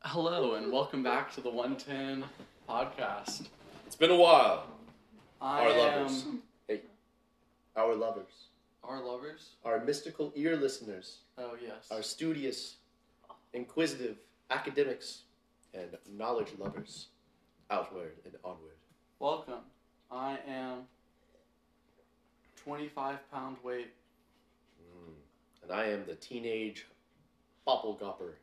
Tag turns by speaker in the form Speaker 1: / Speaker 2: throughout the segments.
Speaker 1: Hello and welcome back to the 110 podcast.
Speaker 2: It's been a while.
Speaker 1: I
Speaker 2: Our
Speaker 1: am-
Speaker 2: lovers.
Speaker 3: our lovers,
Speaker 1: Our lovers?
Speaker 3: our mystical ear listeners,
Speaker 1: Oh, yes.
Speaker 3: our studious, inquisitive academics, and knowledge lovers, outward and onward.
Speaker 1: Welcome. I am 25 pound weight.
Speaker 3: And I am the teenage boppelgopper.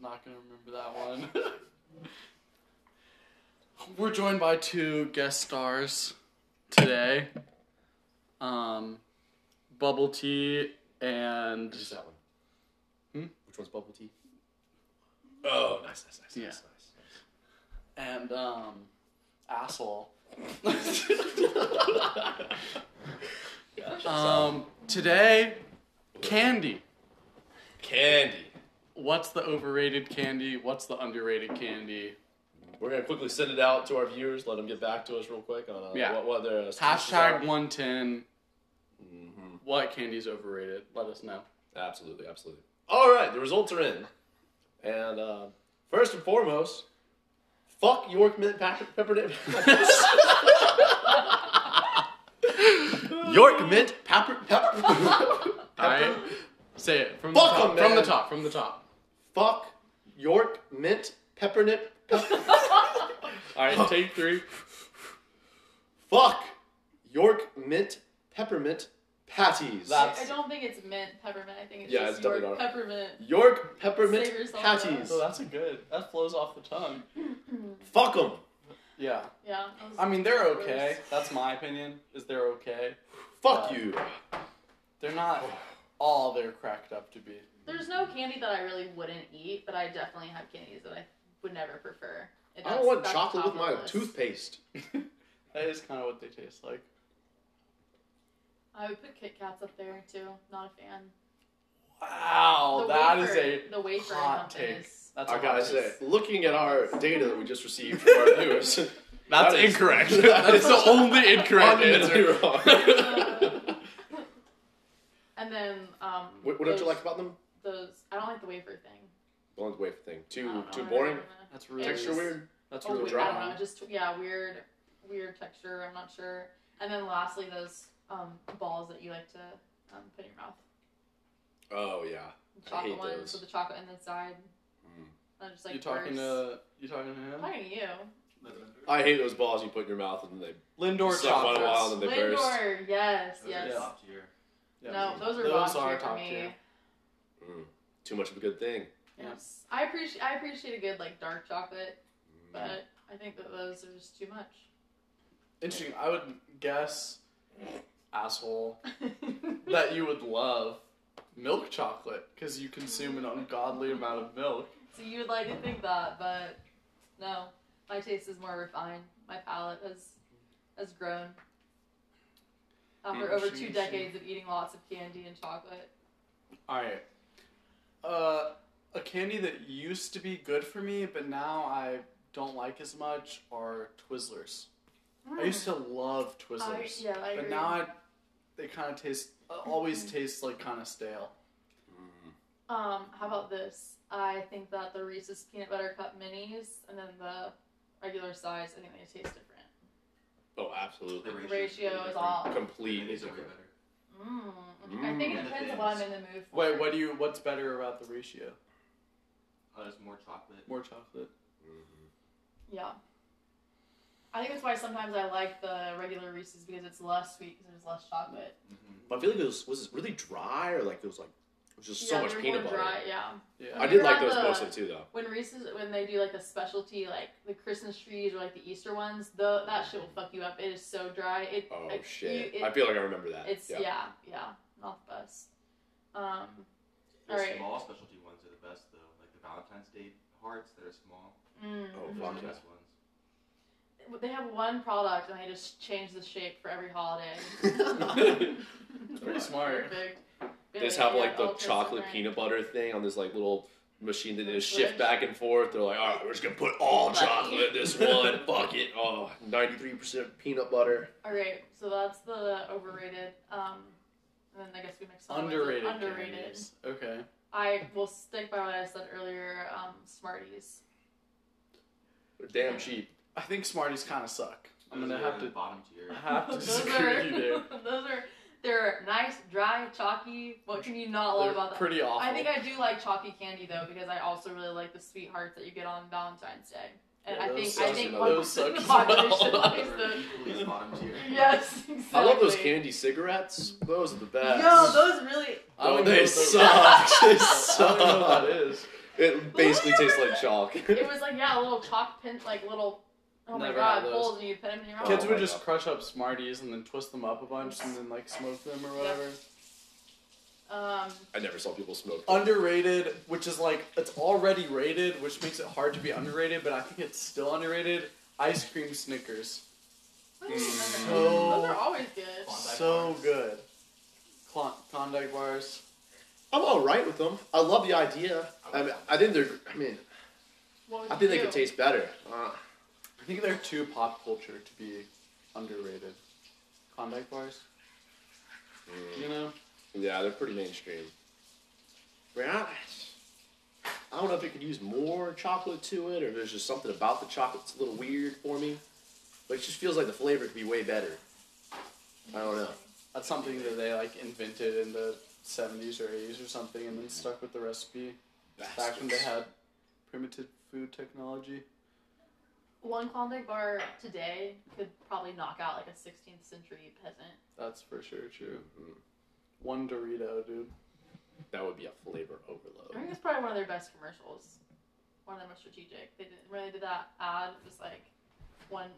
Speaker 1: Not gonna remember that one. We're joined by two guest stars today um, Bubble Tea and.
Speaker 3: Who's that one?
Speaker 1: Hmm?
Speaker 3: Which one's bubble tea?
Speaker 2: Oh, nice, nice, nice.
Speaker 1: Yeah.
Speaker 3: That's nice.
Speaker 1: and um, asshole. um, today, candy.
Speaker 2: Candy.
Speaker 1: What's the overrated candy? What's the underrated candy?
Speaker 2: We're gonna quickly send it out to our viewers. Let them get back to us real quick on uh,
Speaker 1: Yeah.
Speaker 2: what, what their uh, suggestions
Speaker 1: Hashtag
Speaker 2: are. Mm-hmm.
Speaker 1: 110. What candy's overrated? Let us know.
Speaker 2: Absolutely, absolutely. All right, the results are in, and uh, first and foremost, fuck York Mint Pack- Peppermint.
Speaker 3: York mint pepper. pepper.
Speaker 1: All right? Say it from
Speaker 3: Fuck
Speaker 1: the top.
Speaker 3: 'em,
Speaker 1: from the
Speaker 3: man.
Speaker 1: top. From the top.
Speaker 3: Fuck York mint peppermint. pep-
Speaker 1: All right, take three.
Speaker 3: Fuck York mint peppermint patties.
Speaker 2: That's-
Speaker 4: I don't think it's mint peppermint. I think it's
Speaker 2: Yeah,
Speaker 4: just
Speaker 2: it's definitely
Speaker 4: York
Speaker 2: not.
Speaker 4: peppermint.
Speaker 3: York peppermint
Speaker 4: Save yourself
Speaker 3: patties.
Speaker 1: So that's a good. That flows off the tongue.
Speaker 3: Fuck them.
Speaker 1: Yeah.
Speaker 4: Yeah.
Speaker 1: I mean, they're okay. That's my opinion. Is they're okay?
Speaker 3: Fuck
Speaker 1: Uh,
Speaker 3: you.
Speaker 1: They're not all they're cracked up to be.
Speaker 4: There's no candy that I really wouldn't eat, but I definitely have candies that I would never prefer. And
Speaker 3: I
Speaker 4: that's-
Speaker 3: don't want
Speaker 4: that's
Speaker 3: chocolate
Speaker 4: top
Speaker 3: with
Speaker 4: of
Speaker 3: my
Speaker 4: the list.
Speaker 3: toothpaste.
Speaker 1: that is kind of what they taste like.
Speaker 4: I would put Kit Kats up there too. Not a fan.
Speaker 1: Wow,
Speaker 3: Oh,
Speaker 4: the
Speaker 1: that is
Speaker 4: wafer,
Speaker 1: a
Speaker 4: the wafer in
Speaker 1: hot
Speaker 4: something
Speaker 1: take.
Speaker 4: Is,
Speaker 1: That's
Speaker 3: I
Speaker 1: a
Speaker 3: gotta
Speaker 1: hot take.
Speaker 3: say, looking at our data that we just received from our viewers,
Speaker 1: That's
Speaker 3: That is-
Speaker 1: incorrect.
Speaker 3: that
Speaker 1: That's
Speaker 3: is
Speaker 1: the only incorrect
Speaker 3: fundamentally
Speaker 1: answer.
Speaker 3: wrong.
Speaker 4: and then um.
Speaker 3: what, what don't
Speaker 4: those-
Speaker 3: you like about them?
Speaker 4: those? I don't like the wafer thing.
Speaker 3: Blonde wafer thing.
Speaker 4: I
Speaker 3: Too
Speaker 4: don't know,
Speaker 3: too
Speaker 4: I don't
Speaker 3: boring.
Speaker 4: know.
Speaker 1: That's really
Speaker 4: It's-
Speaker 3: Texture weird.
Speaker 1: That's
Speaker 4: Oh,
Speaker 1: really
Speaker 4: wait,
Speaker 3: dry.
Speaker 4: I don't know, just yeah, weird, weird texture. I'm not sure. And then lastly, those um, balls that you like to um, put in your mouth,
Speaker 2: oh yeah. I
Speaker 4: the
Speaker 2: hate
Speaker 4: chocolate ones
Speaker 2: those.
Speaker 4: with the chocolate inside.
Speaker 2: Mm.
Speaker 4: I'm just like
Speaker 1: you talking
Speaker 4: gross.
Speaker 1: to you talking to
Speaker 4: I'm
Speaker 1: him?
Speaker 4: talking to you,
Speaker 2: I hate those balls you put in your mouth and they
Speaker 1: Lindor
Speaker 2: Suck one a while
Speaker 1: chocolates.
Speaker 2: and then they burst.
Speaker 4: Lindor, yes, yes.
Speaker 1: Uh, Yeah. Yeah.
Speaker 4: No, those are
Speaker 1: Those
Speaker 4: top
Speaker 1: are
Speaker 4: tier for
Speaker 1: top
Speaker 4: me.
Speaker 1: tier.
Speaker 2: mm, too much of a good thing.
Speaker 1: Yeah.
Speaker 4: Yes, I appreciate I appreciate a good like dark chocolate,
Speaker 2: Mm.
Speaker 4: but I think that those are just too
Speaker 1: Interesting. I would guess, asshole,
Speaker 4: much.
Speaker 1: that you would love milk chocolate because you consume an ungodly amount of milk.
Speaker 4: So you would like to think that, but no, my taste is more refined. My palate has has grown after over two
Speaker 1: Interesting.
Speaker 4: decades of eating lots of candy and chocolate.
Speaker 1: All right. Uh, a candy that used to be good for me, but now I don't like as much are Twizzlers. I used to love
Speaker 4: I,
Speaker 1: Twizzlers,
Speaker 4: yeah, I agree.
Speaker 1: but now I, they kind of taste uh, always taste like kind of stale.
Speaker 2: Mm.
Speaker 4: um, how about this? I think that the Reese's peanut butter cup minis and then the regular size, I think they taste different.
Speaker 2: Oh, absolutely.
Speaker 4: The ratio is off.
Speaker 2: Complete.
Speaker 4: Mm. I think it depends on what I'm in the mood for.
Speaker 1: Wait, what do you? What's better about the ratio?
Speaker 5: Oh, there's more chocolate.
Speaker 1: More chocolate.
Speaker 2: Mm-hmm.
Speaker 4: Yeah. I think that's why sometimes I like the regular Reese's because it's less sweet because there's less chocolate.
Speaker 2: Mm-hmm.
Speaker 3: But I feel like it was was it really dry or like it was like it was just so
Speaker 4: yeah,
Speaker 3: much
Speaker 4: they're
Speaker 3: peanut
Speaker 4: more
Speaker 3: butter.
Speaker 4: Dry, yeah.
Speaker 1: Yeah.
Speaker 2: I did
Speaker 4: You're
Speaker 2: like
Speaker 4: on
Speaker 2: those
Speaker 4: the-
Speaker 2: mostly too, though.
Speaker 4: When Reese's, when they do like the specialty, like the Christmas trees or like the Easter ones, though that shit will fuck you up. It is so dry. It.
Speaker 2: Oh
Speaker 4: it-
Speaker 2: shit!
Speaker 4: you- it-
Speaker 2: I feel like I remember that.
Speaker 4: it's yeah.
Speaker 2: yeah.
Speaker 4: yeah, not the best. Um,
Speaker 5: The
Speaker 4: All right.
Speaker 5: small specialty ones are the best though, like the Valentine's Day hearts that are small.
Speaker 4: mm.
Speaker 3: Oh,
Speaker 5: Those are
Speaker 3: fuck
Speaker 5: the
Speaker 3: yeah.
Speaker 5: best ones.
Speaker 4: They have one product and they just change the shape for every holiday.
Speaker 1: Pretty smart.
Speaker 4: Perfect.
Speaker 2: They just have like the chocolate peanut butter thing on this like little machine that they just
Speaker 4: Switch.
Speaker 2: shift back and forth. They're like, all right, we're just gonna put all
Speaker 4: Right.
Speaker 2: chocolate in this one. Fuck it. Oh,
Speaker 3: 93% peanut butter.
Speaker 4: All right, so that's the overrated. Um, and then I guess we mix all the way to
Speaker 1: Underrated.
Speaker 4: Underrated.
Speaker 1: candies. Okay.
Speaker 4: I will stick by what I said earlier. Um, Smarties.
Speaker 2: They're damn cheap.
Speaker 1: I think Smarties kind of suck. I'm
Speaker 5: Those
Speaker 1: gonna
Speaker 5: are
Speaker 1: have
Speaker 5: the
Speaker 1: to
Speaker 5: bottom tier.
Speaker 1: I have to
Speaker 4: those
Speaker 1: disagree
Speaker 4: are
Speaker 1: with you there.
Speaker 4: those are they're nice, dry, chalky. What can you not love
Speaker 1: They're
Speaker 4: about them?
Speaker 1: pretty awful.
Speaker 4: I think I do like chalky candy though because I also really like the sweethearts that you get on Valentine's Day. And
Speaker 2: Yeah,
Speaker 4: I
Speaker 2: those
Speaker 4: think
Speaker 2: suck
Speaker 4: I
Speaker 2: as
Speaker 4: think
Speaker 2: well.
Speaker 4: one
Speaker 1: Those
Speaker 4: percent of the
Speaker 1: suck as well.
Speaker 4: population
Speaker 5: They
Speaker 4: likes
Speaker 5: were
Speaker 4: those.
Speaker 5: equally as bottom tier.
Speaker 4: Yes, exactly.
Speaker 2: I love those candy cigarettes. Those are the best.
Speaker 4: Yo, those really.
Speaker 1: I don't
Speaker 2: Oh,
Speaker 1: even
Speaker 2: they
Speaker 1: know what those-
Speaker 2: suck. They
Speaker 1: I don't even know what that
Speaker 2: suck.
Speaker 1: is.
Speaker 2: It basically tastes like chalk.
Speaker 4: It was like yeah, a little chalk pin, like little. Oh my
Speaker 1: Never
Speaker 4: god,
Speaker 1: had those.
Speaker 4: holes and you put them in your mouth.
Speaker 1: Kids
Speaker 2: Oh
Speaker 1: would
Speaker 2: my
Speaker 1: just
Speaker 2: God.
Speaker 1: crush up Smarties and then twist them up a bunch and then like smoke them or whatever.
Speaker 4: Um,
Speaker 2: I never saw people smoke. them.
Speaker 1: Underrated, which is like it's already rated, which makes it hard to be underrated, but I think it's still underrated. Ice cream Snickers,
Speaker 4: what do you remember?
Speaker 1: Mm. So-
Speaker 4: those are always good.
Speaker 5: Klondike
Speaker 1: so
Speaker 5: bars.
Speaker 1: good. Klon- Klondike bars.
Speaker 3: I'm all right with them. I love the idea. I mean, I think they're. I mean,
Speaker 4: What would
Speaker 3: I
Speaker 4: you
Speaker 3: think they
Speaker 4: do?
Speaker 3: could taste better. Uh,
Speaker 1: I think they're too pop culture to be underrated. Klondike bars, you know.
Speaker 2: Yeah, they're pretty mainstream.
Speaker 3: Right? I I don't know if it could use more chocolate to it, or there's just something about the chocolate that's a little weird for me. But it just feels like the flavor could be way better. I don't know.
Speaker 1: That's something that they like invented in the seventies or eighties or something, and then stuck with the recipe back when they had primitive food technology.
Speaker 4: One Klondike bar today could probably knock out like a 16th century peasant.
Speaker 1: That's for sure true. One Dorito, dude.
Speaker 2: That would be a flavor
Speaker 4: I
Speaker 2: overload.
Speaker 4: think it's probably one of their best commercials. One of their most strategic. They didn't really did that ad. It was like one.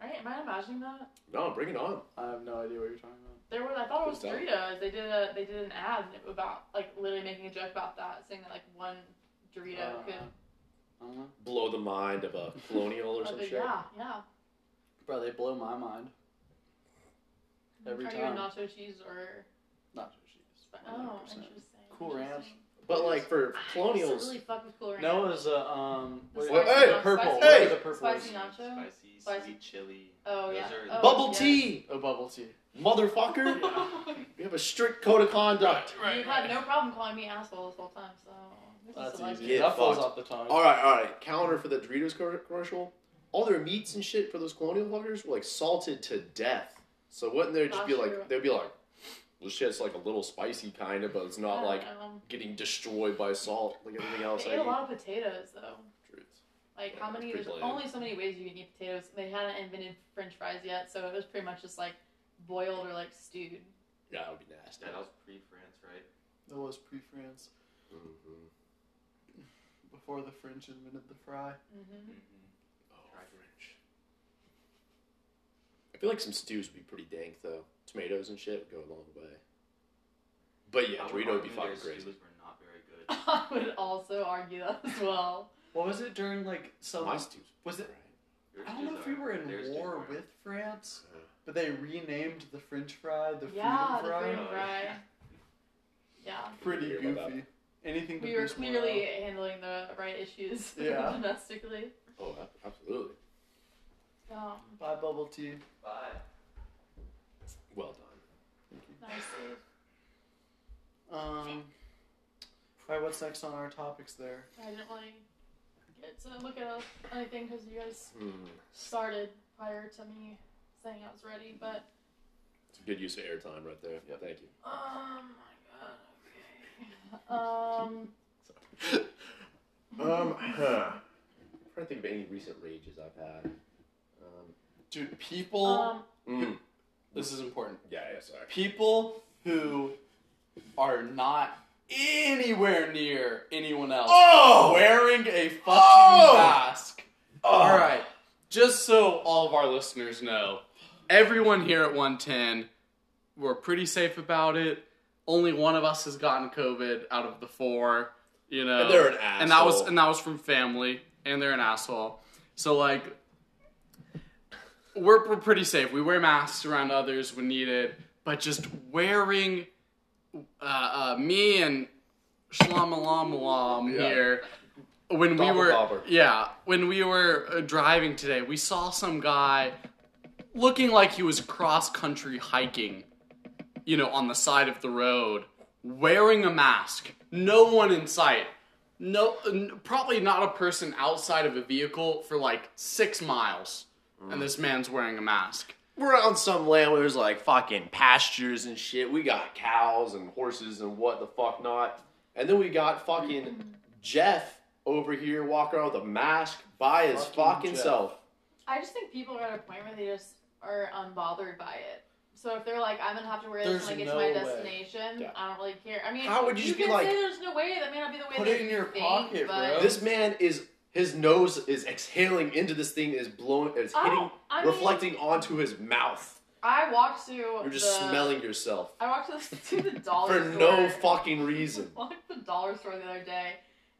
Speaker 4: Right? Am I imagining that?
Speaker 2: No, bring it on.
Speaker 1: I have no idea what you're talking about.
Speaker 4: There was I thought it was
Speaker 2: Who's
Speaker 4: Doritos. They did a they did an ad about like literally making a joke about that, saying that like one Dorito
Speaker 1: Uh,
Speaker 4: could.
Speaker 1: I don't know.
Speaker 2: Blow the mind of a colonial or
Speaker 4: Oh,
Speaker 2: some
Speaker 4: but
Speaker 2: shit.
Speaker 4: yeah, yeah.
Speaker 1: Bro, they blow my mind. Every
Speaker 4: Are you
Speaker 1: time.
Speaker 4: a nacho cheese or?
Speaker 1: Not cheese.
Speaker 4: Oh,
Speaker 1: 100%.
Speaker 4: interesting.
Speaker 1: Cool Ranch.
Speaker 4: interesting.
Speaker 3: But like for
Speaker 4: I used to
Speaker 3: colonials,
Speaker 4: really fuck with Cool Ranch.
Speaker 1: No, it was uh, um.
Speaker 4: The
Speaker 1: what-
Speaker 4: spicy
Speaker 2: Hey,
Speaker 4: nacho-
Speaker 1: purple.
Speaker 4: spicy-
Speaker 1: Hey,
Speaker 2: Hey!
Speaker 1: the purple. is-
Speaker 4: Spicy nacho?
Speaker 5: Spicy,
Speaker 4: Spicy.
Speaker 5: sweet chili.
Speaker 4: Oh
Speaker 5: Those
Speaker 4: yeah.
Speaker 5: are-
Speaker 4: Oh,
Speaker 3: bubble
Speaker 4: yes.
Speaker 3: tea,
Speaker 1: Oh, bubble tea.
Speaker 3: motherfucker. We have a strict code of conduct.
Speaker 4: You've had no problem calling me asshole this whole time, so. this is
Speaker 1: That's
Speaker 4: selective.
Speaker 1: easy.
Speaker 3: Get
Speaker 1: that falls
Speaker 3: fucked.
Speaker 1: off the tongue.
Speaker 3: All right, all right. Counter for the Doritos co- commercial. All their meats and shit for those colonial fuckers were like salted to death. So wouldn't there just be
Speaker 4: That's
Speaker 3: like
Speaker 4: true.
Speaker 3: they'd be like, this shit's like a little spicy kind of, but it's
Speaker 4: I
Speaker 3: not
Speaker 4: don't
Speaker 3: like
Speaker 4: know.
Speaker 3: getting destroyed by salt like everything else.
Speaker 4: um,
Speaker 3: I
Speaker 4: They ate a
Speaker 3: eat.
Speaker 4: lot of potatoes though.
Speaker 3: Truth.
Speaker 4: Like
Speaker 2: Yeah,
Speaker 4: how
Speaker 2: it's
Speaker 4: many?
Speaker 2: pretty
Speaker 4: There's
Speaker 2: bland.
Speaker 4: only so many ways you can eat potatoes. They hadn't invented French fries yet, so it was pretty much just like boiled or like stewed.
Speaker 2: Yeah, that would be nasty.
Speaker 5: Yeah, that was pre-France, right?
Speaker 1: That was pre-France,
Speaker 3: Mm-hmm.
Speaker 2: Mhm.
Speaker 1: before the French invented the fry.
Speaker 4: hmm
Speaker 5: Mm-hmm.
Speaker 2: Oh, French. I feel like some stews would be pretty dank though. Tomatoes and shit would go a long way. But yeah, Dorito would be fucking crazy.
Speaker 5: Stews were not very good.
Speaker 4: I would also argue that as well.
Speaker 1: What was it during like some?
Speaker 2: My stews.
Speaker 1: was it?
Speaker 2: Right.
Speaker 5: Your
Speaker 1: I don't know
Speaker 5: stews
Speaker 1: if we
Speaker 5: are-
Speaker 1: were in
Speaker 5: their stews
Speaker 1: war
Speaker 5: weren't.
Speaker 1: with France,
Speaker 2: Yeah.
Speaker 1: but they renamed the French fry the
Speaker 4: yeah,
Speaker 1: freedom
Speaker 4: the
Speaker 1: fry.
Speaker 4: freedom
Speaker 5: Oh,
Speaker 4: fry.
Speaker 5: yeah.
Speaker 4: Yeah.
Speaker 1: Pretty
Speaker 2: Hear
Speaker 1: goofy.
Speaker 2: about
Speaker 1: Anything to
Speaker 4: We were
Speaker 1: boost morale.
Speaker 4: clearly handling the right issues
Speaker 1: Yeah.
Speaker 4: domestically.
Speaker 2: Oh, ab- absolutely.
Speaker 4: Um,
Speaker 1: Buy bubble tea.
Speaker 5: Bye.
Speaker 2: Well done.
Speaker 4: nice save.
Speaker 1: Um. All right, what's next on our topics there?
Speaker 4: I didn't really get to look at anything because you guys
Speaker 2: Hmm.
Speaker 4: started prior to me saying I was ready, but
Speaker 2: It's a good use of airtime right there. Yeah, thank you.
Speaker 4: um, my god, okay. Um,
Speaker 2: Um, huh. I'm trying to think of any recent rages I've had. Um,
Speaker 1: Dude, people.
Speaker 4: um,
Speaker 2: mm,
Speaker 1: this is important.
Speaker 2: yeah, yeah, sorry.
Speaker 1: People who are not anywhere near anyone else
Speaker 2: Oh!
Speaker 1: wearing a fucking
Speaker 2: Oh!
Speaker 1: mask. All right. Just so all of our listeners know, everyone here at 110, we're pretty safe about it. Only one of us has gotten COVID out of the four, you know.
Speaker 2: And they're an
Speaker 1: And that was
Speaker 2: asshole.
Speaker 1: and that was from family, and they're an asshole. So like, we're we're pretty safe. We wear masks around others when needed, but just wearing uh, uh, me and Shlamalam
Speaker 2: Yeah.
Speaker 1: here when we were
Speaker 2: Doppelbobber.
Speaker 1: yeah when we were uh, driving today we saw some guy looking like he was cross country hiking you know on the side of the road wearing a mask No one in sight. No, n- probably not a person outside of a vehicle for like six miles, and this man's wearing a mask.
Speaker 2: We're on some land where there's like fucking pastures and shit. We got cows and horses and what the fuck not. And then we got fucking Jeff over here walking around with a mask by his
Speaker 6: Fucking
Speaker 2: fucking
Speaker 6: Jeff.
Speaker 2: self.
Speaker 4: I just think people are at a point where they just are unbothered by it. So if they're like, I'm gonna have to wear
Speaker 6: There's
Speaker 4: this when I get
Speaker 6: no
Speaker 4: to my
Speaker 6: way.
Speaker 4: destination,
Speaker 2: Yeah.
Speaker 4: I don't really care. I mean,
Speaker 2: How would you just be
Speaker 4: can
Speaker 2: like,
Speaker 4: say there's no way that may not be the way
Speaker 6: "Put
Speaker 4: that
Speaker 6: it in
Speaker 4: you
Speaker 6: your
Speaker 4: think,
Speaker 6: pocket,
Speaker 4: but
Speaker 6: bro."
Speaker 2: This man is his nose is exhaling into this thing is blowing is
Speaker 4: I
Speaker 2: hitting
Speaker 4: don't- I mean-
Speaker 2: reflecting onto his mouth.
Speaker 4: I walked to
Speaker 2: You're just
Speaker 4: the,
Speaker 2: smelling yourself
Speaker 4: I walked to the, to the dollar
Speaker 2: for
Speaker 4: store.
Speaker 2: no fucking reason.
Speaker 4: I walked to the dollar store the other day,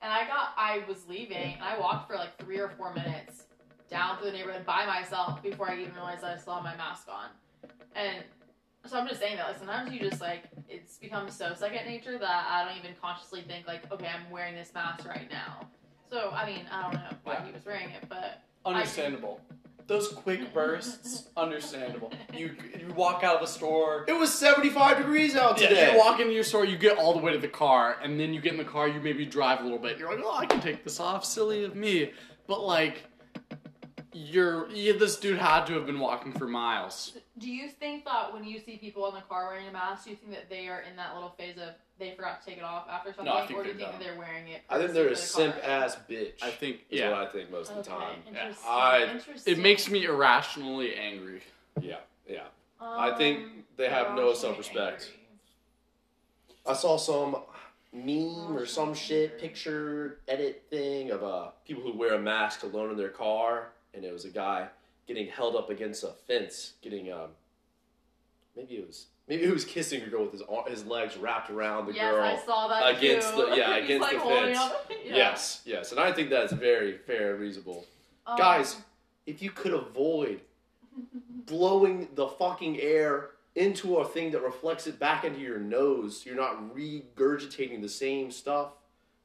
Speaker 4: and I got I was leaving, and I walked for like three or four minutes down through the neighborhood by myself before I even realized I still had my mask on. And so I'm just saying that like sometimes you just like it's become so second nature that I don't even consciously think like okay I'm wearing this mask right now. So I mean I don't know why he was wearing it, but
Speaker 1: Understandable. Those quick bursts, understandable. You you walk out of the store.
Speaker 2: It was 75 degrees out
Speaker 1: Yeah,
Speaker 2: today.
Speaker 1: you walk into your store, you get all the way to the car, and then you get in the car, you maybe drive a little bit. You're like, oh, I can take this off. Silly of me. But, like, you're. Yeah, this dude had to have been walking for miles.
Speaker 4: do you think that when you see people in the car wearing a mask, do you think that they are in that little phase of they forgot to take it off after something,
Speaker 1: think
Speaker 4: or do
Speaker 1: they're
Speaker 4: you think that
Speaker 1: dumb.
Speaker 4: they're wearing it?
Speaker 2: I think they're a
Speaker 4: purposely for
Speaker 2: simp
Speaker 4: the car?
Speaker 2: ass bitch.
Speaker 1: I think,
Speaker 2: is
Speaker 1: yeah.
Speaker 2: what I think most of the
Speaker 4: Okay,
Speaker 2: time.
Speaker 4: Interesting.
Speaker 2: I-
Speaker 4: interesting.
Speaker 1: It makes me irrationally angry.
Speaker 2: Yeah, yeah. I think they
Speaker 4: Um,
Speaker 2: have no
Speaker 4: gosh, I'm
Speaker 2: self-respect.
Speaker 4: angry.
Speaker 2: I saw some meme or some shit picture edit thing of uh, people who wear a mask alone in their car, and it was a guy getting held up against a fence, getting um, maybe it was maybe he was kissing a girl with his ar- his legs wrapped around the
Speaker 4: yes,
Speaker 2: girl.
Speaker 4: I saw that
Speaker 2: against
Speaker 4: too.
Speaker 2: the- yeah,
Speaker 4: He's
Speaker 2: against
Speaker 4: like
Speaker 2: the
Speaker 4: holding
Speaker 2: fence.
Speaker 4: up- yeah.
Speaker 2: Yes, yes, and I think that's very fair, and reasonable.
Speaker 4: Um,
Speaker 2: Guys, if you could avoid
Speaker 4: um,
Speaker 2: blowing the fucking air into a thing that reflects it back into your nose, you're not regurgitating the same stuff.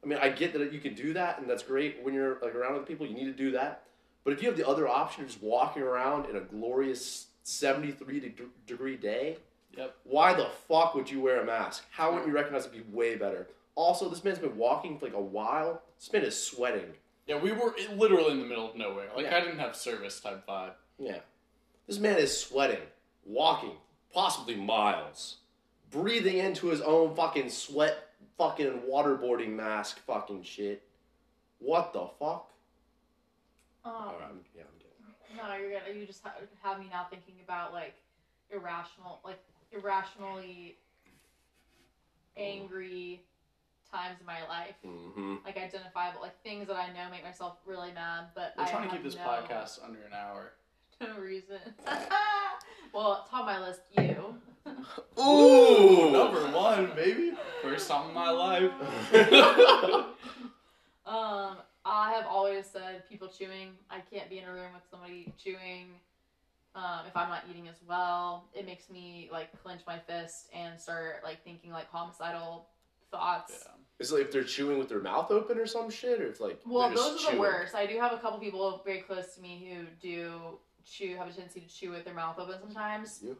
Speaker 2: I mean, I get that you can do that, and that's great when you're like around other people. You need to do that, but if you have the other option of just walking around in a glorious 73 deg- degree day,
Speaker 1: Yep.
Speaker 2: why the fuck would you wear a mask? How wouldn't you recognize it'd be way better? Also, this man's been walking for like a while. This man is sweating.
Speaker 1: Yeah, we were i- literally in the middle of nowhere. Like,
Speaker 2: Yeah.
Speaker 1: I didn't have service type vibe.
Speaker 2: Yeah. This man is sweating, walking, possibly miles, breathing into his own fucking sweat, fucking waterboarding mask, fucking shit. What the fuck?
Speaker 4: um,
Speaker 2: Alright, I'm, yeah, I'm good.
Speaker 4: No, you're gonna. You just ha- have me now thinking about like irrational, like irrationally angry times in my life.
Speaker 2: Mm-hmm.
Speaker 4: Like identifiable, like things that I know make myself really mad, but
Speaker 1: We're
Speaker 4: I
Speaker 1: trying to
Speaker 4: have
Speaker 1: keep this
Speaker 4: no,
Speaker 1: podcast under an hour.
Speaker 4: No reason. well, top of my list, you.
Speaker 2: Mm-hmm.
Speaker 1: Ooh, number one, baby. First time in my life.
Speaker 4: Um, I have always said people chewing. I can't be in a room with somebody chewing. Um, if I'm not eating as well, it makes me like clench my fist and start like thinking like homicidal thoughts.
Speaker 1: Yeah.
Speaker 2: Is it like if they're chewing with their mouth open or some shit, or if like
Speaker 4: Well,
Speaker 2: they're just
Speaker 4: those are
Speaker 2: chewing?
Speaker 4: the worst. I do have a couple people very close to me who do chew, have a tendency to chew with their mouth open sometimes,
Speaker 2: Is,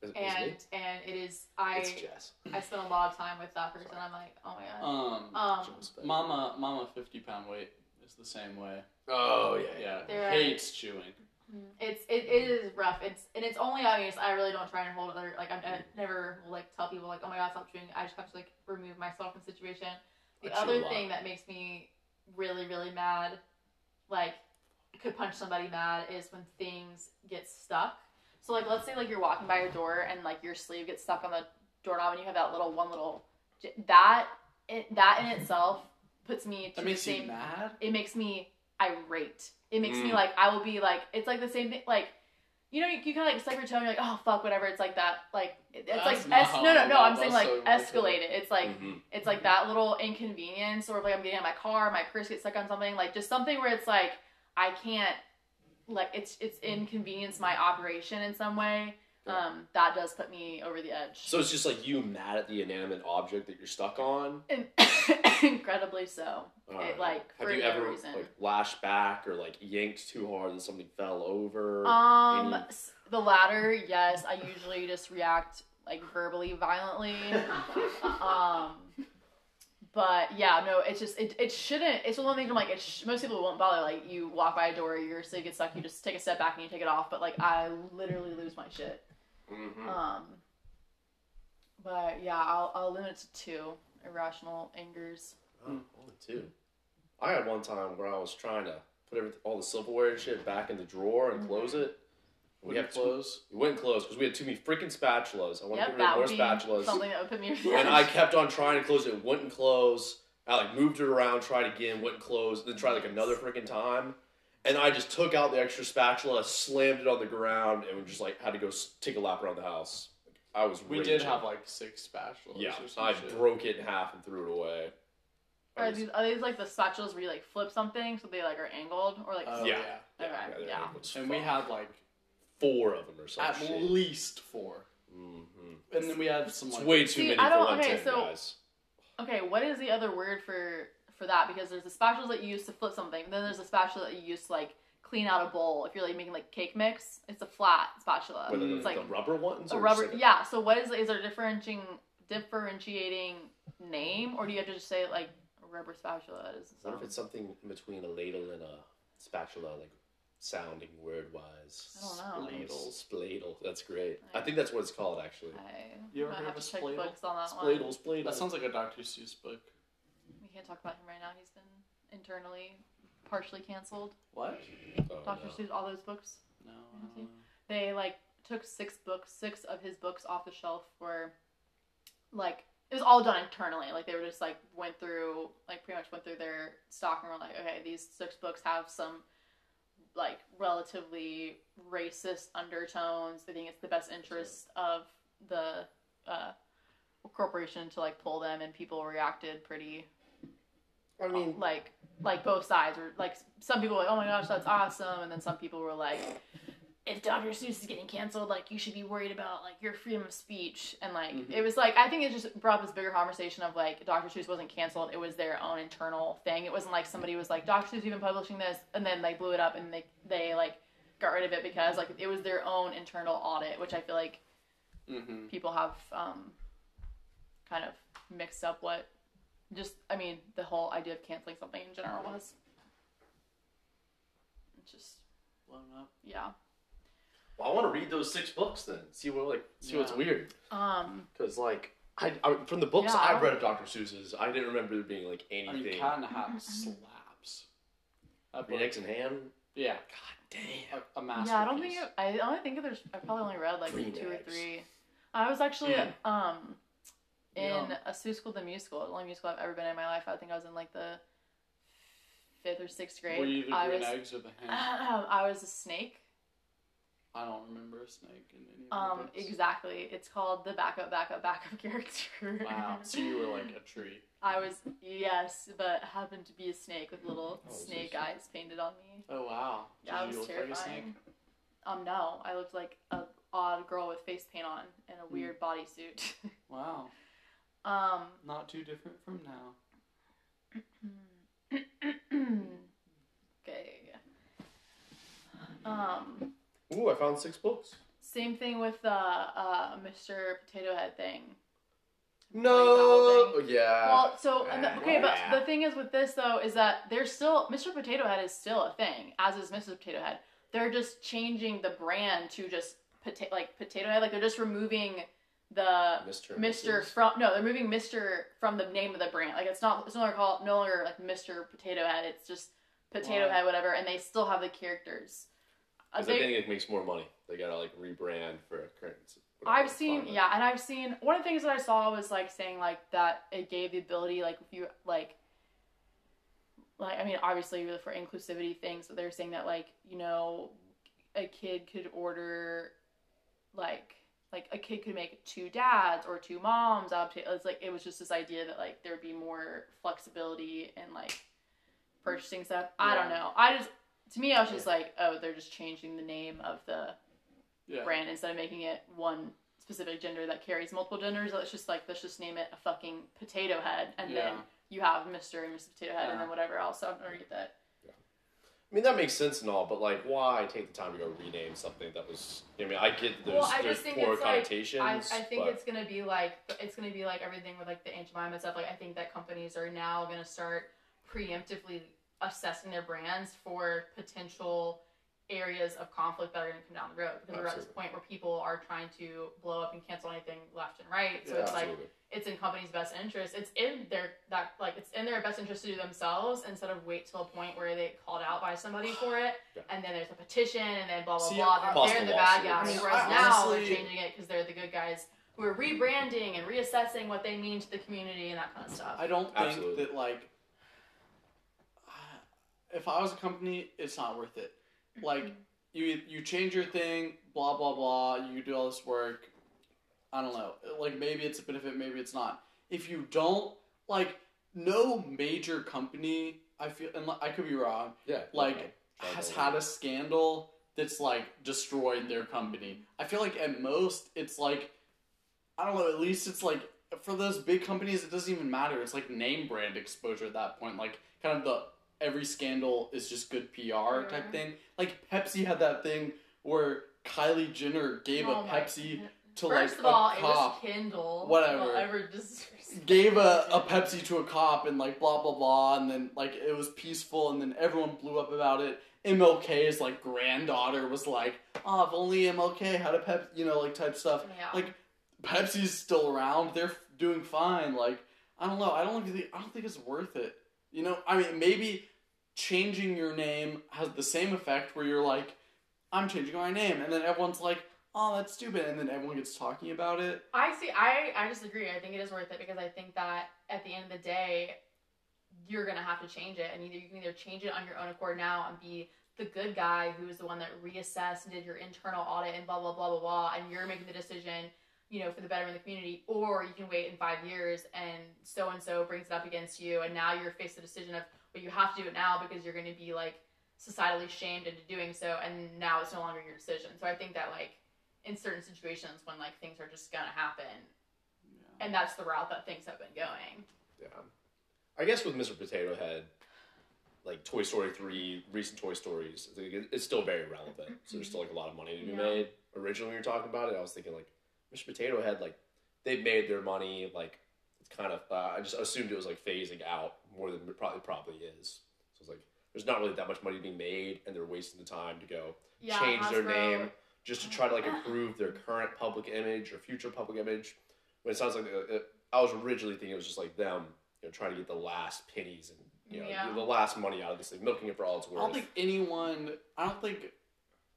Speaker 2: is
Speaker 4: and
Speaker 2: me?
Speaker 4: and it is I
Speaker 2: it's Jess.
Speaker 4: I spend a lot of time with that person. I'm like, oh my god.
Speaker 1: Um,
Speaker 4: Um,
Speaker 2: Jess but-
Speaker 1: mama, mama, fifty pound weight is the same way.
Speaker 2: oh yeah, yeah.
Speaker 1: Yeah,
Speaker 4: They're-
Speaker 1: hates chewing.
Speaker 4: Mm. It's it, it is rough. It's and it's only obvious. I really don't try and hold other like I'm,
Speaker 1: Mm.
Speaker 4: I never will, like tell people like oh my god stop chewing. I just have to like remove myself from the situation. The
Speaker 2: I chew a
Speaker 4: other
Speaker 2: lot.
Speaker 4: thing that makes me really really mad, like could punch somebody mad is when things get stuck. So like let's say like you're walking by your door and like your sleeve gets stuck on the doorknob and you have that little one little j- that it, that in itself puts me to
Speaker 1: That
Speaker 4: the
Speaker 1: makes you
Speaker 4: same-
Speaker 1: mad.
Speaker 4: it makes me irate. It makes me
Speaker 2: Mm.
Speaker 4: like I will be like it's like the same thing like you know you, you kind of like suck your toe and you're like oh fuck whatever it's like that like it- it's
Speaker 1: That's
Speaker 4: like
Speaker 1: not
Speaker 4: es-
Speaker 1: how
Speaker 4: no
Speaker 1: I
Speaker 4: no no
Speaker 1: felt.
Speaker 4: I'm saying
Speaker 1: That's
Speaker 4: like
Speaker 1: so Mm-hmm. emotional.
Speaker 4: escalate it it's like
Speaker 2: Mhm.
Speaker 4: it's like that little inconvenience or if, like I'm getting out of my car my purse gets stuck on something like just something where it's like I can't like it's it's
Speaker 1: Mm.
Speaker 4: inconvenienced my operation in some way um that does put me over the edge
Speaker 2: So it's just like you mad at the inanimate object that you're stuck on.
Speaker 4: In- incredibly so
Speaker 2: Alright.
Speaker 4: like,
Speaker 2: Uh, have
Speaker 4: for
Speaker 2: you
Speaker 4: no
Speaker 2: ever
Speaker 4: reason.
Speaker 2: like lashed back or like yanked too hard and something fell over?
Speaker 4: Um,
Speaker 2: Any-
Speaker 4: s- the latter, yes. I usually just react like verbally, violently. um, But yeah, no, it's just it, it shouldn't. It's one of the things I'm like, it sh- most people won't bother. Like you walk by a door, your sleeve gets stuck, you just take a step back and you take it off. But like I literally lose my shit.
Speaker 7: Mm-hmm.
Speaker 4: Um. But yeah, I'll I'll limit it to two irrational angers.
Speaker 7: Oh,
Speaker 1: Mm.
Speaker 7: only two.
Speaker 2: I had one time where I was trying to put everyth- all the silverware and shit back in the drawer and close
Speaker 4: Mm-hmm.
Speaker 2: it.
Speaker 7: We
Speaker 2: We
Speaker 7: have
Speaker 2: had
Speaker 7: clothes.
Speaker 2: It wouldn't close because we had too many freaking spatulas. I wanted
Speaker 4: Yep,
Speaker 2: to
Speaker 4: that would
Speaker 2: get
Speaker 4: be
Speaker 2: rid of more spatulas.
Speaker 4: something that would put me.
Speaker 2: And I kept on trying to close it. It wouldn't close. I like moved it around, tried again, wouldn't close, then tried like another freaking time. And I just took out the extra spatula, slammed it on the ground, and we just like had to go s- take a lap around the house. I was
Speaker 1: We
Speaker 2: raging.
Speaker 1: did have like six spatulas.
Speaker 2: yeah.
Speaker 1: or some
Speaker 2: I
Speaker 1: shit.
Speaker 2: broke it in half and threw it away. I
Speaker 4: Are
Speaker 2: was-
Speaker 4: these are these like the spatulas where you like flip something so they like are angled or like?
Speaker 1: Oh,
Speaker 2: Uh, Yeah.
Speaker 1: yeah.
Speaker 4: okay,
Speaker 2: they're
Speaker 4: yeah.
Speaker 2: like, what's
Speaker 1: And we
Speaker 2: fuck,
Speaker 1: had like
Speaker 2: four of them or
Speaker 1: at
Speaker 2: something.
Speaker 1: least four.
Speaker 2: Mm-hmm.
Speaker 1: And then we had some
Speaker 2: It's
Speaker 1: like
Speaker 2: way too
Speaker 4: See,
Speaker 2: many
Speaker 4: I
Speaker 2: for
Speaker 4: don't-
Speaker 2: one
Speaker 4: okay,
Speaker 2: ten
Speaker 4: so-
Speaker 2: guys.
Speaker 4: Okay, what is the other word for for that? Because there's the spatulas that you use to flip something. Then there's the spatula that you use to like clean out a bowl. If you're like making like cake mix, it's a flat spatula.
Speaker 2: Whether
Speaker 4: um, it's
Speaker 2: the,
Speaker 4: like
Speaker 2: the rubber ones
Speaker 4: a
Speaker 2: or
Speaker 4: rubber.
Speaker 2: just, like,
Speaker 4: Yeah. So what is is there a differentiating differentiating name, or do you have to just say like a rubber spatula? Is
Speaker 2: What if it's something in between a ladle and a spatula, like sounding word wise?
Speaker 4: I don't know.
Speaker 1: Spladle.
Speaker 2: Spladle. That's great.
Speaker 4: I-
Speaker 2: I think that's what it's called, actually.
Speaker 4: I
Speaker 1: You ever
Speaker 4: might
Speaker 1: heard
Speaker 4: have
Speaker 1: of
Speaker 4: to
Speaker 1: a
Speaker 4: check
Speaker 1: spladle?
Speaker 4: books on that one.
Speaker 2: Spladle, spladle.
Speaker 1: That sounds like a Dr. Seuss book.
Speaker 4: We can't talk about him right now. He's been internally partially canceled.
Speaker 1: What?
Speaker 2: Oh,
Speaker 4: Doctor
Speaker 2: no.
Speaker 4: Seuss, all those books.
Speaker 1: No.
Speaker 4: Nancy? they like took six books, six of his books off the shelf were like it was all done internally. Like they were just like went through like pretty much went through their stock and were like, okay, these six books have some like relatively racist undertones. They think it's the best interest of the uh, corporation to like pull them, and people reacted pretty
Speaker 2: I mean,
Speaker 4: like like both sides were like some people were like oh my gosh that's awesome and then some people were like if dr seuss is getting canceled like you should be worried about like your freedom of speech and like
Speaker 1: Mhm.
Speaker 4: it was like i think it just brought up this bigger conversation of like dr seuss wasn't canceled it was their own internal thing it wasn't like somebody was like dr seuss you've been publishing this and then they blew it up and they they like got rid of it because like it was their own internal audit which i feel like
Speaker 1: Mm-hmm.
Speaker 4: people have um, kind of mixed up what just I mean the whole idea of canceling something in general was. It's Just
Speaker 1: Blown up.
Speaker 4: yeah.
Speaker 2: well, I want to read those six books then. See what like see what's
Speaker 1: Yeah.
Speaker 2: weird.
Speaker 4: Um,
Speaker 2: Because like I, I from the books
Speaker 4: Yeah, I
Speaker 2: I've
Speaker 4: don't-
Speaker 2: read of Dr. Seuss's, I didn't remember there being like
Speaker 1: I mean,
Speaker 2: anything.
Speaker 1: Cat in the Hat slaps. That book-
Speaker 2: Phoenix and Ham.
Speaker 1: yeah,
Speaker 2: God damn.
Speaker 1: a, a masterpiece.
Speaker 4: yeah, I don't think it, I only think there's I probably only read like
Speaker 2: Three
Speaker 4: two or
Speaker 2: bags.
Speaker 4: three. I was actually
Speaker 2: Mm.
Speaker 4: um in
Speaker 1: Yeah.
Speaker 4: a Sue school, the musical, the only musical I've ever been in my life. I think I was in like the fifth or sixth grade.
Speaker 1: Were you the
Speaker 4: I
Speaker 1: green
Speaker 4: was Ah.
Speaker 1: eggs or the hen?
Speaker 4: I was a snake.
Speaker 1: I don't remember a snake in any of the
Speaker 4: Um,
Speaker 1: books.
Speaker 4: exactly. It's called the backup, backup, backup character.
Speaker 1: Wow. So you were like a tree.
Speaker 4: I was yes, but happened to be a snake with little
Speaker 2: Oh, so
Speaker 4: snake
Speaker 2: sweet.
Speaker 4: eyes painted on me.
Speaker 1: Oh wow.
Speaker 4: Yeah, I
Speaker 1: Did you
Speaker 4: was
Speaker 1: look like a snake?
Speaker 4: terrifying. Um, no, I looked like a odd girl with face paint on and
Speaker 1: Hmm.
Speaker 4: a weird bodysuit.
Speaker 1: Wow.
Speaker 4: um,
Speaker 1: Not too different from now. Hmm.
Speaker 4: okay. Um.
Speaker 2: Ooh, I found six books.
Speaker 4: Same thing with the uh, Mr. Potato Head thing.
Speaker 2: No. Oh, Yeah.
Speaker 4: Well, so and the- okay, but
Speaker 2: Yeah.
Speaker 4: the thing is with this though is that they're still Mr. Potato Head is still a thing, as is Mrs. Potato Head. They're just changing the brand to just pota- like Potato Head, like they're just removing the
Speaker 2: Mr. and
Speaker 4: Mr.
Speaker 2: Mrs..
Speaker 4: from no, they're moving Mr. from the name of the brand. Like it's not it's no longer called no longer like Mr. Potato Head. It's just Potato
Speaker 1: Why?
Speaker 4: Head whatever, and they still have the characters. Uh,
Speaker 2: 'Cause
Speaker 4: they-
Speaker 2: I think it makes more money. They gotta like rebrand for currency.
Speaker 4: I've seen yeah, and I've seen one of the things that I saw was like saying like that it gave the ability like if you like like I mean obviously for inclusivity things, but they're saying that like you know a kid could order like like a kid could make two dads or two moms out of potato- it's like it was just this idea that like there'd be more flexibility and like purchasing stuff. I don't
Speaker 1: Yeah.
Speaker 4: know. I just to me I was just like oh they're just changing the name of the
Speaker 1: Yeah.
Speaker 4: brand instead of making it one specific gender that carries multiple genders. Let's just like let's just name it a fucking potato head, and then
Speaker 1: Yeah.
Speaker 4: you have Mister and Mrs. Potato Head, and
Speaker 1: Yeah.
Speaker 4: then whatever else. So I'm gonna read that.
Speaker 2: I mean, that makes sense and all, but like, why take the time to go rename something that was? I mean, I get there's,
Speaker 4: Well, I
Speaker 2: there's
Speaker 4: just think
Speaker 2: poor
Speaker 4: it's, like,
Speaker 2: connotations.
Speaker 4: I, I think
Speaker 2: but
Speaker 4: it's gonna be like it's gonna be like everything with like the ancient Mayan and stuff. Like I think that companies are now gonna start preemptively assessing their brands for potential areas of conflict that are gonna come down the road. Because we're at this
Speaker 2: Absolutely.
Speaker 4: point where people are trying to blow up and cancel anything left and right. So
Speaker 2: yeah,
Speaker 4: it's like
Speaker 2: absolutely.
Speaker 4: it's in companies' best interest. It's in their that like it's in their best interest to do themselves instead of wait till a point where they get called out by somebody for it,
Speaker 2: Yeah.
Speaker 4: and then there's a petition, and then blah blah
Speaker 1: See,
Speaker 4: blah.
Speaker 1: I-
Speaker 4: Then they're
Speaker 2: Possible
Speaker 4: the bad
Speaker 2: lawsuits.
Speaker 4: guys.
Speaker 1: I mean,
Speaker 4: Whereas
Speaker 1: I
Speaker 4: now
Speaker 1: honestly-
Speaker 4: they're changing it because they're the good guys who are rebranding and reassessing what they mean to the community and that kind of stuff.
Speaker 1: I don't think
Speaker 2: Absolutely.
Speaker 1: that like if I was a company, it's not worth it.
Speaker 4: Mm-hmm.
Speaker 1: Like you you change your thing, blah blah blah, you do all this work. I don't know. Like maybe it's a benefit, maybe it's not. If you don't like no major company, I feel and I could be wrong,
Speaker 2: yeah,
Speaker 1: like
Speaker 2: okay. Try
Speaker 1: has
Speaker 2: to-
Speaker 1: had a scandal that's like destroyed their company. I feel like at most it's like I don't know, at least it's like for those big companies it doesn't even matter. It's like name brand exposure at that point. Like kind of the every scandal is just good PR
Speaker 4: Mhm.
Speaker 1: type thing. Like Pepsi had that thing where Kylie Jenner gave
Speaker 4: Oh
Speaker 1: a
Speaker 4: my
Speaker 1: Pepsi
Speaker 4: goodness.
Speaker 1: to
Speaker 4: First
Speaker 1: like
Speaker 4: of all,
Speaker 1: a
Speaker 4: it was
Speaker 1: cop.
Speaker 4: Kindle.
Speaker 1: Whatever.
Speaker 4: Whatever. Just
Speaker 1: Gave a, a Pepsi to a cop and like blah blah blah and then like it was peaceful and then everyone blew up about it. MLK's like granddaughter was like, oh, if only MLK had a Pepsi, you know, like type stuff.
Speaker 4: Yeah.
Speaker 1: Like Pepsi's still around. They're f- doing fine. Like I don't know. I don't think I don't think it's worth it. You know. I mean, maybe changing your name has the same effect where you're like, I'm changing my name, and then everyone's like, oh, that's stupid, and then everyone gets talking about it.
Speaker 4: I see. I I disagree. I think it is worth it because I think that at the end of the day, you're gonna have to change it, and either you can either change it on your own accord now and be the good guy who is the one that reassessed and did your internal audit and blah blah blah blah blah, and you're making the decision, you know, for the betterment of the community, or you can wait in five years and so and so brings it up against you, and now you're faced with the decision of well, you have to do it now because you're gonna be like societally shamed into doing so, and now it's no longer your decision. So I think that like in certain situations when like things are just gonna happen and that's the route that things have been going
Speaker 2: Yeah. I guess with Mr. Potato Head, like Toy Story 3, recent Toy Stories, I think it- it's still very relevant. So there's still like a lot of money to be
Speaker 4: Yeah.
Speaker 2: made. Originally, when you were talking about it, I was thinking like Mr. Potato Head, like they made their money. Like it's kind of, uh, I just assumed it was like phasing out more than it probably, probably is. So it's like, there's not really that much money being made, and they're wasting the time to go
Speaker 4: yeah
Speaker 2: change their
Speaker 4: Hasbro-
Speaker 2: name just to try to like improve their current public image or future public image. When it sounds like uh, uh, I was originally thinking it was just like them, you know, trying to get the last pennies and you know
Speaker 4: Yeah.
Speaker 2: the last money out of this thing, milking it for all it's
Speaker 1: I don't
Speaker 2: worth.
Speaker 1: think anyone. I don't think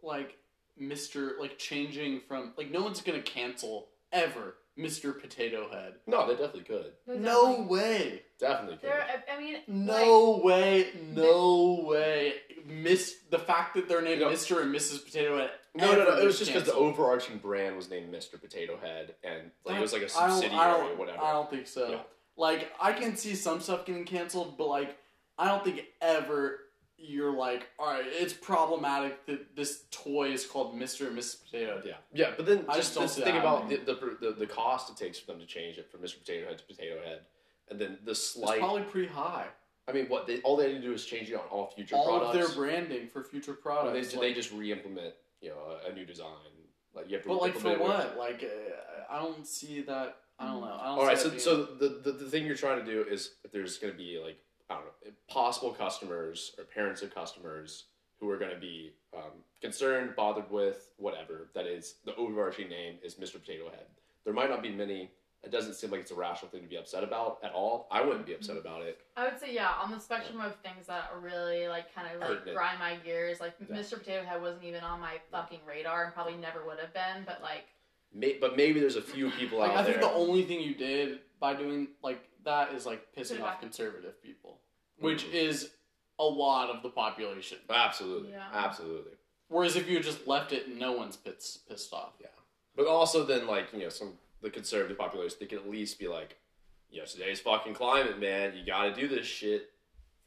Speaker 1: like Mister like changing from like no one's gonna cancel ever Mister Potato Head.
Speaker 2: no, they definitely could,
Speaker 1: No way.
Speaker 2: definitely could.
Speaker 4: there I- i mean
Speaker 1: No way, no way. Miss the fact that their name
Speaker 2: No.
Speaker 1: Mr. and Mrs. Potato Head.
Speaker 2: no, no, no. It
Speaker 1: ever
Speaker 2: was just because the
Speaker 1: canceled.
Speaker 2: overarching brand was named Mr. Potato Head, and like it was like a
Speaker 1: I don't-
Speaker 2: subsidiary
Speaker 1: I don't,
Speaker 2: or whatever.
Speaker 1: I don't think so.
Speaker 2: Yeah.
Speaker 1: Like I can see some stuff getting canceled, but like I don't think ever you're like, all right, it's problematic that this toy is called Mr. and Mrs. Potato. Head.
Speaker 2: Yeah, yeah, but then
Speaker 1: I
Speaker 2: just,
Speaker 1: just don't
Speaker 2: just
Speaker 1: see
Speaker 2: think
Speaker 1: that
Speaker 2: about the, the, the the cost it takes for them to change it from Mr. Potato Head to Potato Head, and then the
Speaker 1: It's
Speaker 2: slight
Speaker 1: probably pretty high.
Speaker 2: I mean, what they, all they had to do is change it on all future
Speaker 1: All
Speaker 2: products.
Speaker 1: of their branding for future
Speaker 2: Or
Speaker 1: products.
Speaker 2: they,
Speaker 1: like-
Speaker 2: they just re-implement, you know, a, a new design. Like you have to.
Speaker 1: but like for
Speaker 2: implement
Speaker 1: what?
Speaker 2: it.
Speaker 1: Like uh, I don't see that. I don't know. I don't
Speaker 2: All
Speaker 1: see
Speaker 2: right.
Speaker 1: that
Speaker 2: So,
Speaker 1: being-
Speaker 2: so the, the the thing you're trying to do is if there's going to be like I don't know possible customers or parents of customers who are going to be um, concerned, bothered with whatever that is. The overarching name is Mr. Potato Head. There might not be many. It doesn't seem like it's a rational thing to be upset about at all. I wouldn't be upset
Speaker 1: Mm-hmm.
Speaker 2: about it.
Speaker 4: i would say yeah on the spectrum of things that really like kind of like
Speaker 2: Hurt it.
Speaker 4: grind my gears like
Speaker 2: Yeah.
Speaker 4: mr potato head wasn't even on my fucking radar and probably never would have been but like
Speaker 2: May, but maybe there's a few people
Speaker 1: Like,
Speaker 2: out
Speaker 1: I
Speaker 2: there.
Speaker 1: think the only thing you did by doing like that is like pissing
Speaker 4: Put it
Speaker 1: off
Speaker 4: back.
Speaker 1: conservative people, which
Speaker 2: Mhm.
Speaker 1: is a lot of the population.
Speaker 2: absolutely,
Speaker 4: Yeah.
Speaker 2: absolutely.
Speaker 1: Whereas if you just left it, no one's pissed pissed off.
Speaker 2: But also then like, you know, some the conservative population they could at least be like, you know, today's fucking climate, man, you gotta do this shit.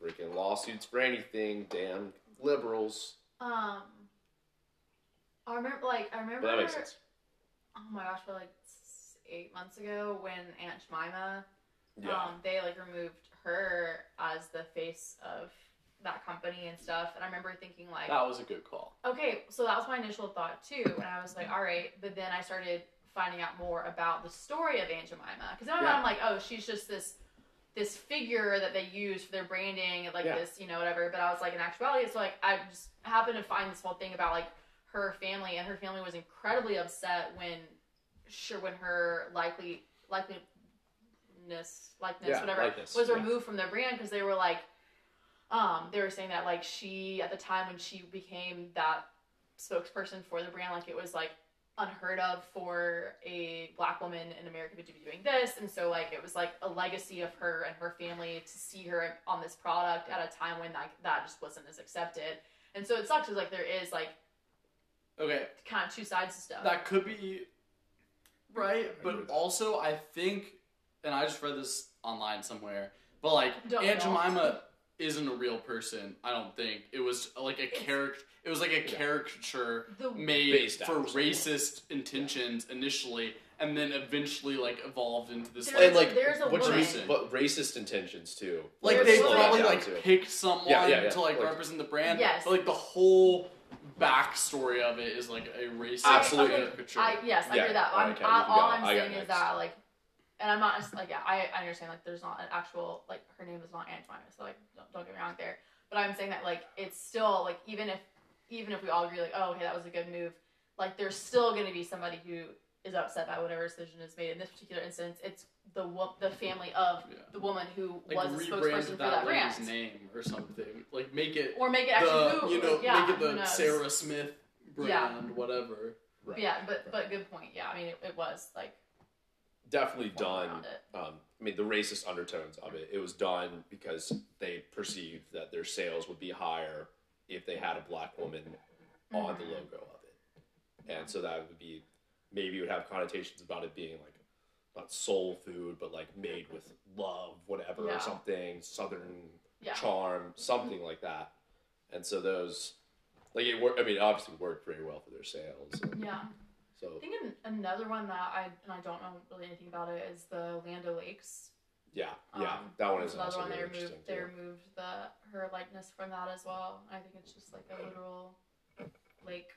Speaker 2: Freaking lawsuits for anything, damn liberals.
Speaker 4: um i remember like i
Speaker 2: But
Speaker 4: remember
Speaker 2: that makes sense.
Speaker 4: oh my gosh for like s- eight months ago when aunt jemima
Speaker 2: Yeah.
Speaker 4: um, they like removed her as the face of that company and stuff. And I remember thinking like,
Speaker 1: That was a good call.
Speaker 4: okay, so that was my initial thought too, and I was like, all right. But then I started finding out more about the story of Aunt Jemima because in my
Speaker 3: Yeah.
Speaker 4: mind I'm like, oh, she's just this this figure that they use for their branding, and like
Speaker 3: Yeah.
Speaker 4: this, you know, whatever. But I was like, in actuality, it's like I just happened to find this whole thing about like her family, and her family was incredibly upset when sure when her likely likeliness likeness
Speaker 3: Yeah,
Speaker 4: um, whatever
Speaker 2: likeness,
Speaker 4: was
Speaker 2: yeah.
Speaker 4: removed from their brand because they were like um they were saying that like she at the time when she became that spokesperson for the brand like it was like unheard of for a black woman in america to be doing this and so like it was like a legacy of her and her family to see her on this product at a time when like that just wasn't as accepted and so it sucks because like there is like
Speaker 1: Okay,
Speaker 4: kind of two sides to stuff
Speaker 1: that could be right,
Speaker 2: agree
Speaker 1: but
Speaker 2: with
Speaker 1: also I think, and I just read this online somewhere, but like
Speaker 4: Don't
Speaker 1: Aunt
Speaker 4: we all?
Speaker 1: Jemima isn't a real person. I don't think it was like a
Speaker 4: It's-
Speaker 1: character. It was like a
Speaker 2: Yeah.
Speaker 1: caricature
Speaker 4: the
Speaker 1: made
Speaker 2: Based
Speaker 1: for
Speaker 2: out of someone.
Speaker 1: racist intentions initially, and then eventually like evolved into this.
Speaker 4: There's-
Speaker 2: And
Speaker 1: Like,
Speaker 2: like,
Speaker 4: there's a
Speaker 2: what you
Speaker 1: woman-
Speaker 2: mean- but racist intentions too.
Speaker 1: like
Speaker 4: there's
Speaker 1: they
Speaker 4: a woman-
Speaker 1: probably
Speaker 4: Yeah,
Speaker 1: like
Speaker 2: too.
Speaker 1: picked someone
Speaker 2: Yeah, yeah, yeah.
Speaker 1: to like,
Speaker 2: Like-
Speaker 1: represent the brand.
Speaker 4: Yes.
Speaker 1: But like the whole backstory of it is like a racist
Speaker 2: Absolutely.
Speaker 1: caricature.
Speaker 4: I yes, I
Speaker 2: Yeah,
Speaker 4: hear that. I'm,
Speaker 2: okay,
Speaker 4: I,
Speaker 2: you
Speaker 4: all
Speaker 2: got it.
Speaker 4: I'm
Speaker 2: I got it
Speaker 4: saying is
Speaker 2: next.
Speaker 4: that like, and I'm not like yeah, I, I understand like there's not an actual like her name is not Aunt Jemima, so like don't, don't get me wrong there. But I'm saying that like it's still like even if even if we all agree like oh okay that was a good move, like there's still going to be somebody who is upset by whatever decision is made in this particular instance. It's the wo- the family of
Speaker 1: Yeah.
Speaker 4: the woman who
Speaker 1: like
Speaker 4: was a
Speaker 1: rebrand
Speaker 4: spokesperson
Speaker 1: that,
Speaker 4: for that
Speaker 1: lady's
Speaker 4: brand,
Speaker 1: name or something. Like make it
Speaker 4: or make it
Speaker 1: the
Speaker 4: actually move.
Speaker 1: you know
Speaker 4: yeah,
Speaker 1: make it
Speaker 4: who
Speaker 1: the
Speaker 4: knows?
Speaker 1: Sarah Smith brand
Speaker 4: Yeah.
Speaker 1: whatever.
Speaker 2: Right.
Speaker 4: Yeah, but but good point. Yeah, I mean it, it was like
Speaker 2: Definitely
Speaker 4: formed
Speaker 2: done.
Speaker 4: around it.
Speaker 2: Um, I mean, the racist undertones of it. It was done because they perceived that their sales would be higher if they had a black woman on the logo of it, and so that would be maybe it would have connotations about it being like not soul food, but like made with love, whatever
Speaker 4: Yeah.
Speaker 2: or something, southern
Speaker 4: Yeah. Mm-hmm.
Speaker 2: charm, something like that. And so those, like it worked. I mean, it obviously worked very well for their sales. and
Speaker 4: Yeah. I
Speaker 2: So
Speaker 4: think an, another one that I and I don't know really anything about it is the Land O'Lakes.
Speaker 2: yeah, yeah,
Speaker 4: Um,
Speaker 2: that one is
Speaker 4: another
Speaker 2: also
Speaker 4: one.
Speaker 2: really
Speaker 4: They removed
Speaker 2: interesting.
Speaker 4: they
Speaker 2: too.
Speaker 4: removed the her likeness from that as well. I think it's just like a literal lake.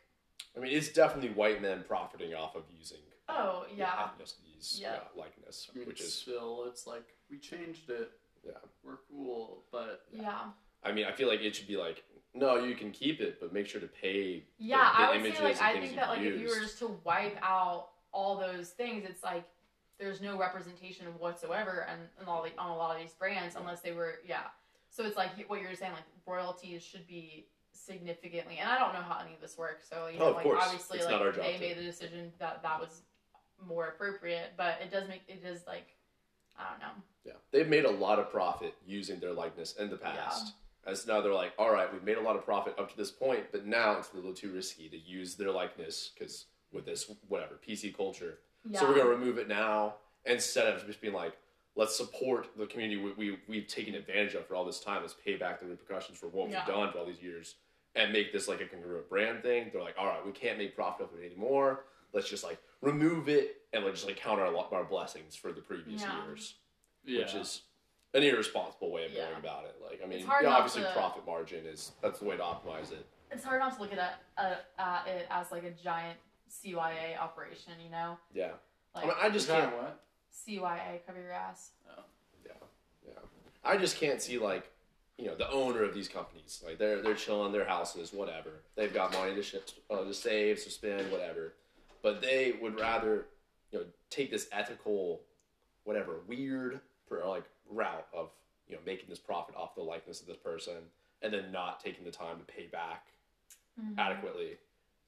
Speaker 2: I mean, it's definitely white men profiting off of using
Speaker 4: Oh yeah,
Speaker 2: ethnicities,
Speaker 4: Yeah.
Speaker 2: uh, likeness,
Speaker 1: I mean,
Speaker 2: which is
Speaker 1: still it's like we changed it.
Speaker 2: Yeah.
Speaker 1: We're cool, but
Speaker 4: yeah, yeah.
Speaker 2: I mean, I feel like it should be like, no, you can keep it, but make sure to pay. the
Speaker 4: I would
Speaker 2: images
Speaker 4: say like
Speaker 2: and
Speaker 4: I
Speaker 2: things
Speaker 4: think
Speaker 2: you
Speaker 4: that like if you were
Speaker 2: used.
Speaker 4: just to wipe out all those things, it's like there's no representation whatsoever, and on all the, on a lot of these brands unless they were yeah. So it's like what you're saying, like royalties should be significantly, and I don't know how any of this works. So you
Speaker 2: Oh,
Speaker 4: know,
Speaker 2: of
Speaker 4: like
Speaker 2: course.
Speaker 4: obviously,
Speaker 2: It's
Speaker 4: like
Speaker 2: not our job
Speaker 4: they
Speaker 2: to-
Speaker 4: made the decision that that was more appropriate, but it does make it is like I don't know.
Speaker 2: Yeah. They've made a lot of profit using their likeness in the past. As now they're like, all right, we've made a lot of profit up to this point, but now it's a little too risky to use their likeness because with this, whatever, PC culture.
Speaker 4: Yeah.
Speaker 2: So we're going to remove it now instead of just being like, let's support the community we, we, we've taken advantage of for all this time. Let's pay back the repercussions for what
Speaker 4: Yeah.
Speaker 2: we've done for all these years and make this like a congruent brand thing. They're like, all right, we can't make profit off of it anymore. Let's just like remove it and let's just like count our, lo- our blessings for the previous
Speaker 4: Yeah.
Speaker 2: years
Speaker 1: yeah.
Speaker 2: which is an irresponsible way of
Speaker 4: Yeah.
Speaker 2: going about it. Like, I mean,
Speaker 4: It's hard
Speaker 2: yeah,
Speaker 4: not
Speaker 2: obviously,
Speaker 4: to-
Speaker 2: profit margin is that's the way to optimize it.
Speaker 4: it's hard not to look at, a, a, at it as like a giant CYA operation, you know,
Speaker 2: Yeah,
Speaker 4: like
Speaker 2: I mean, I just
Speaker 1: Sorry,
Speaker 2: can't.
Speaker 1: what?
Speaker 4: CYA cover your ass.
Speaker 2: Yeah, yeah. I just can't see like, you know, the owner of these companies. Like, they're they're chilling their houses, whatever. They've got money to ship, uh, to save, to spend, whatever. But they would rather, you know, take this ethical, whatever, weird or like route of you know making this profit off the likeness of this person, and then not taking the time to pay back Mm-hmm.
Speaker 4: Mhm.
Speaker 2: adequately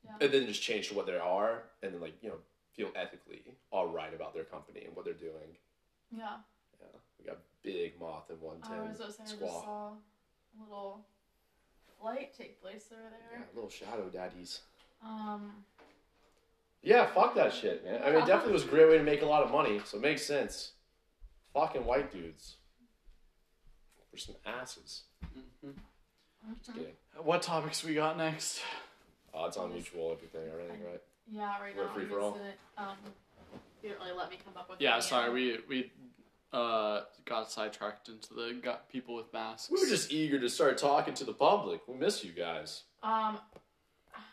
Speaker 4: Yeah.
Speaker 2: and then just change to what they are and then like you know feel ethically all right about their company and what they're doing
Speaker 4: Yeah,
Speaker 2: yeah we got big moth in
Speaker 4: I was
Speaker 2: 110
Speaker 4: just saying, I just
Speaker 2: squawk.
Speaker 4: saw a little flight take place over
Speaker 2: yeah,
Speaker 4: there.
Speaker 2: little shadow daddies
Speaker 4: Um,
Speaker 2: yeah fuck that shit man i mean it definitely was a great way to make a lot of money so it makes sense fucking white dudes for some asses
Speaker 1: Mhm.
Speaker 4: Uh-huh.
Speaker 2: just kidding
Speaker 1: Mm-hmm. What topics we got next?
Speaker 2: odds on mutual everything everything right
Speaker 4: yeah, right
Speaker 2: We're
Speaker 4: now
Speaker 2: free
Speaker 4: you
Speaker 2: for all.
Speaker 4: didn't, um, you didn't really let me come up with.
Speaker 1: Yeah,
Speaker 4: any,
Speaker 1: sorry,
Speaker 4: um,
Speaker 1: we we uh, got sidetracked into the got people with masks.
Speaker 2: We were just eager to start talking to the public. We miss you guys.
Speaker 4: Um,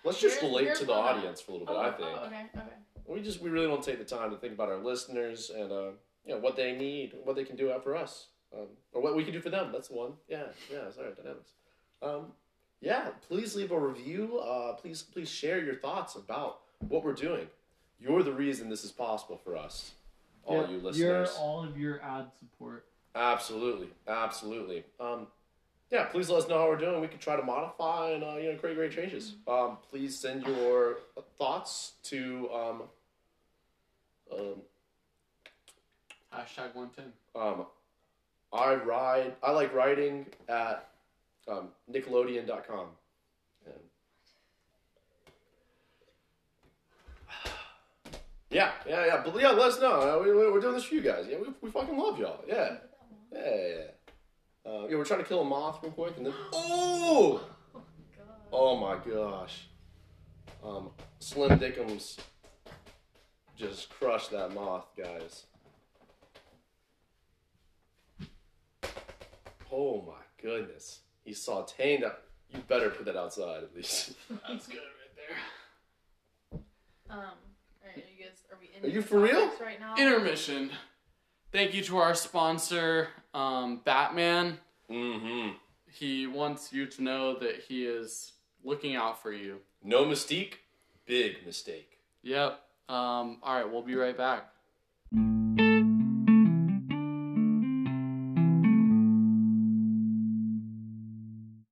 Speaker 2: Let's just
Speaker 4: Here's-
Speaker 2: relate
Speaker 4: here's
Speaker 2: to the
Speaker 4: what I-
Speaker 2: audience for a little bit.
Speaker 4: oh,
Speaker 2: I think
Speaker 4: oh, okay, okay.
Speaker 2: we just we really don't take the time to think about our listeners and uh, you know what they need, what they can do out for us, um, or what we can do for them. That's the one. Yeah, yeah. Sorry, dynamics. Um, yeah, please leave a review. Uh, please, please share your thoughts about what we're doing. You're the reason this is possible for us, all you listeners.
Speaker 1: all of your ad support.
Speaker 2: Absolutely, absolutely. Um, yeah, please let us know how we're doing. We can try to modify and uh, you know create great changes. Um, please send your thoughts to um, um,
Speaker 1: Hashtag one ten.
Speaker 2: um, I ride. I like writing at um, Nickelodeon.com. And... Yeah, yeah, yeah. But yeah, let us know. Uh, We, we- we're doing this for you guys. Yeah, we, we fucking love y'all. Yeah. Yeah, yeah. yeah. Uh, yeah, we're trying to kill a moth real quick, and then oh,
Speaker 4: God.
Speaker 2: oh my gosh, um, Slim Dickums just crushed that moth, guys. Oh my goodness, he sautéed that. You better put that outside at least.
Speaker 1: That's good right
Speaker 4: Um, alright, are you guys, are we in
Speaker 2: Are you
Speaker 4: the
Speaker 2: for real?
Speaker 4: topics Right now?
Speaker 1: there. Intermission. Thank you to our sponsor, um, Batman.
Speaker 2: Mm-hmm.
Speaker 1: He wants you to know that he is looking out for you.
Speaker 2: No mystique, big mistake.
Speaker 1: Yep. Um, all right, we'll be right back.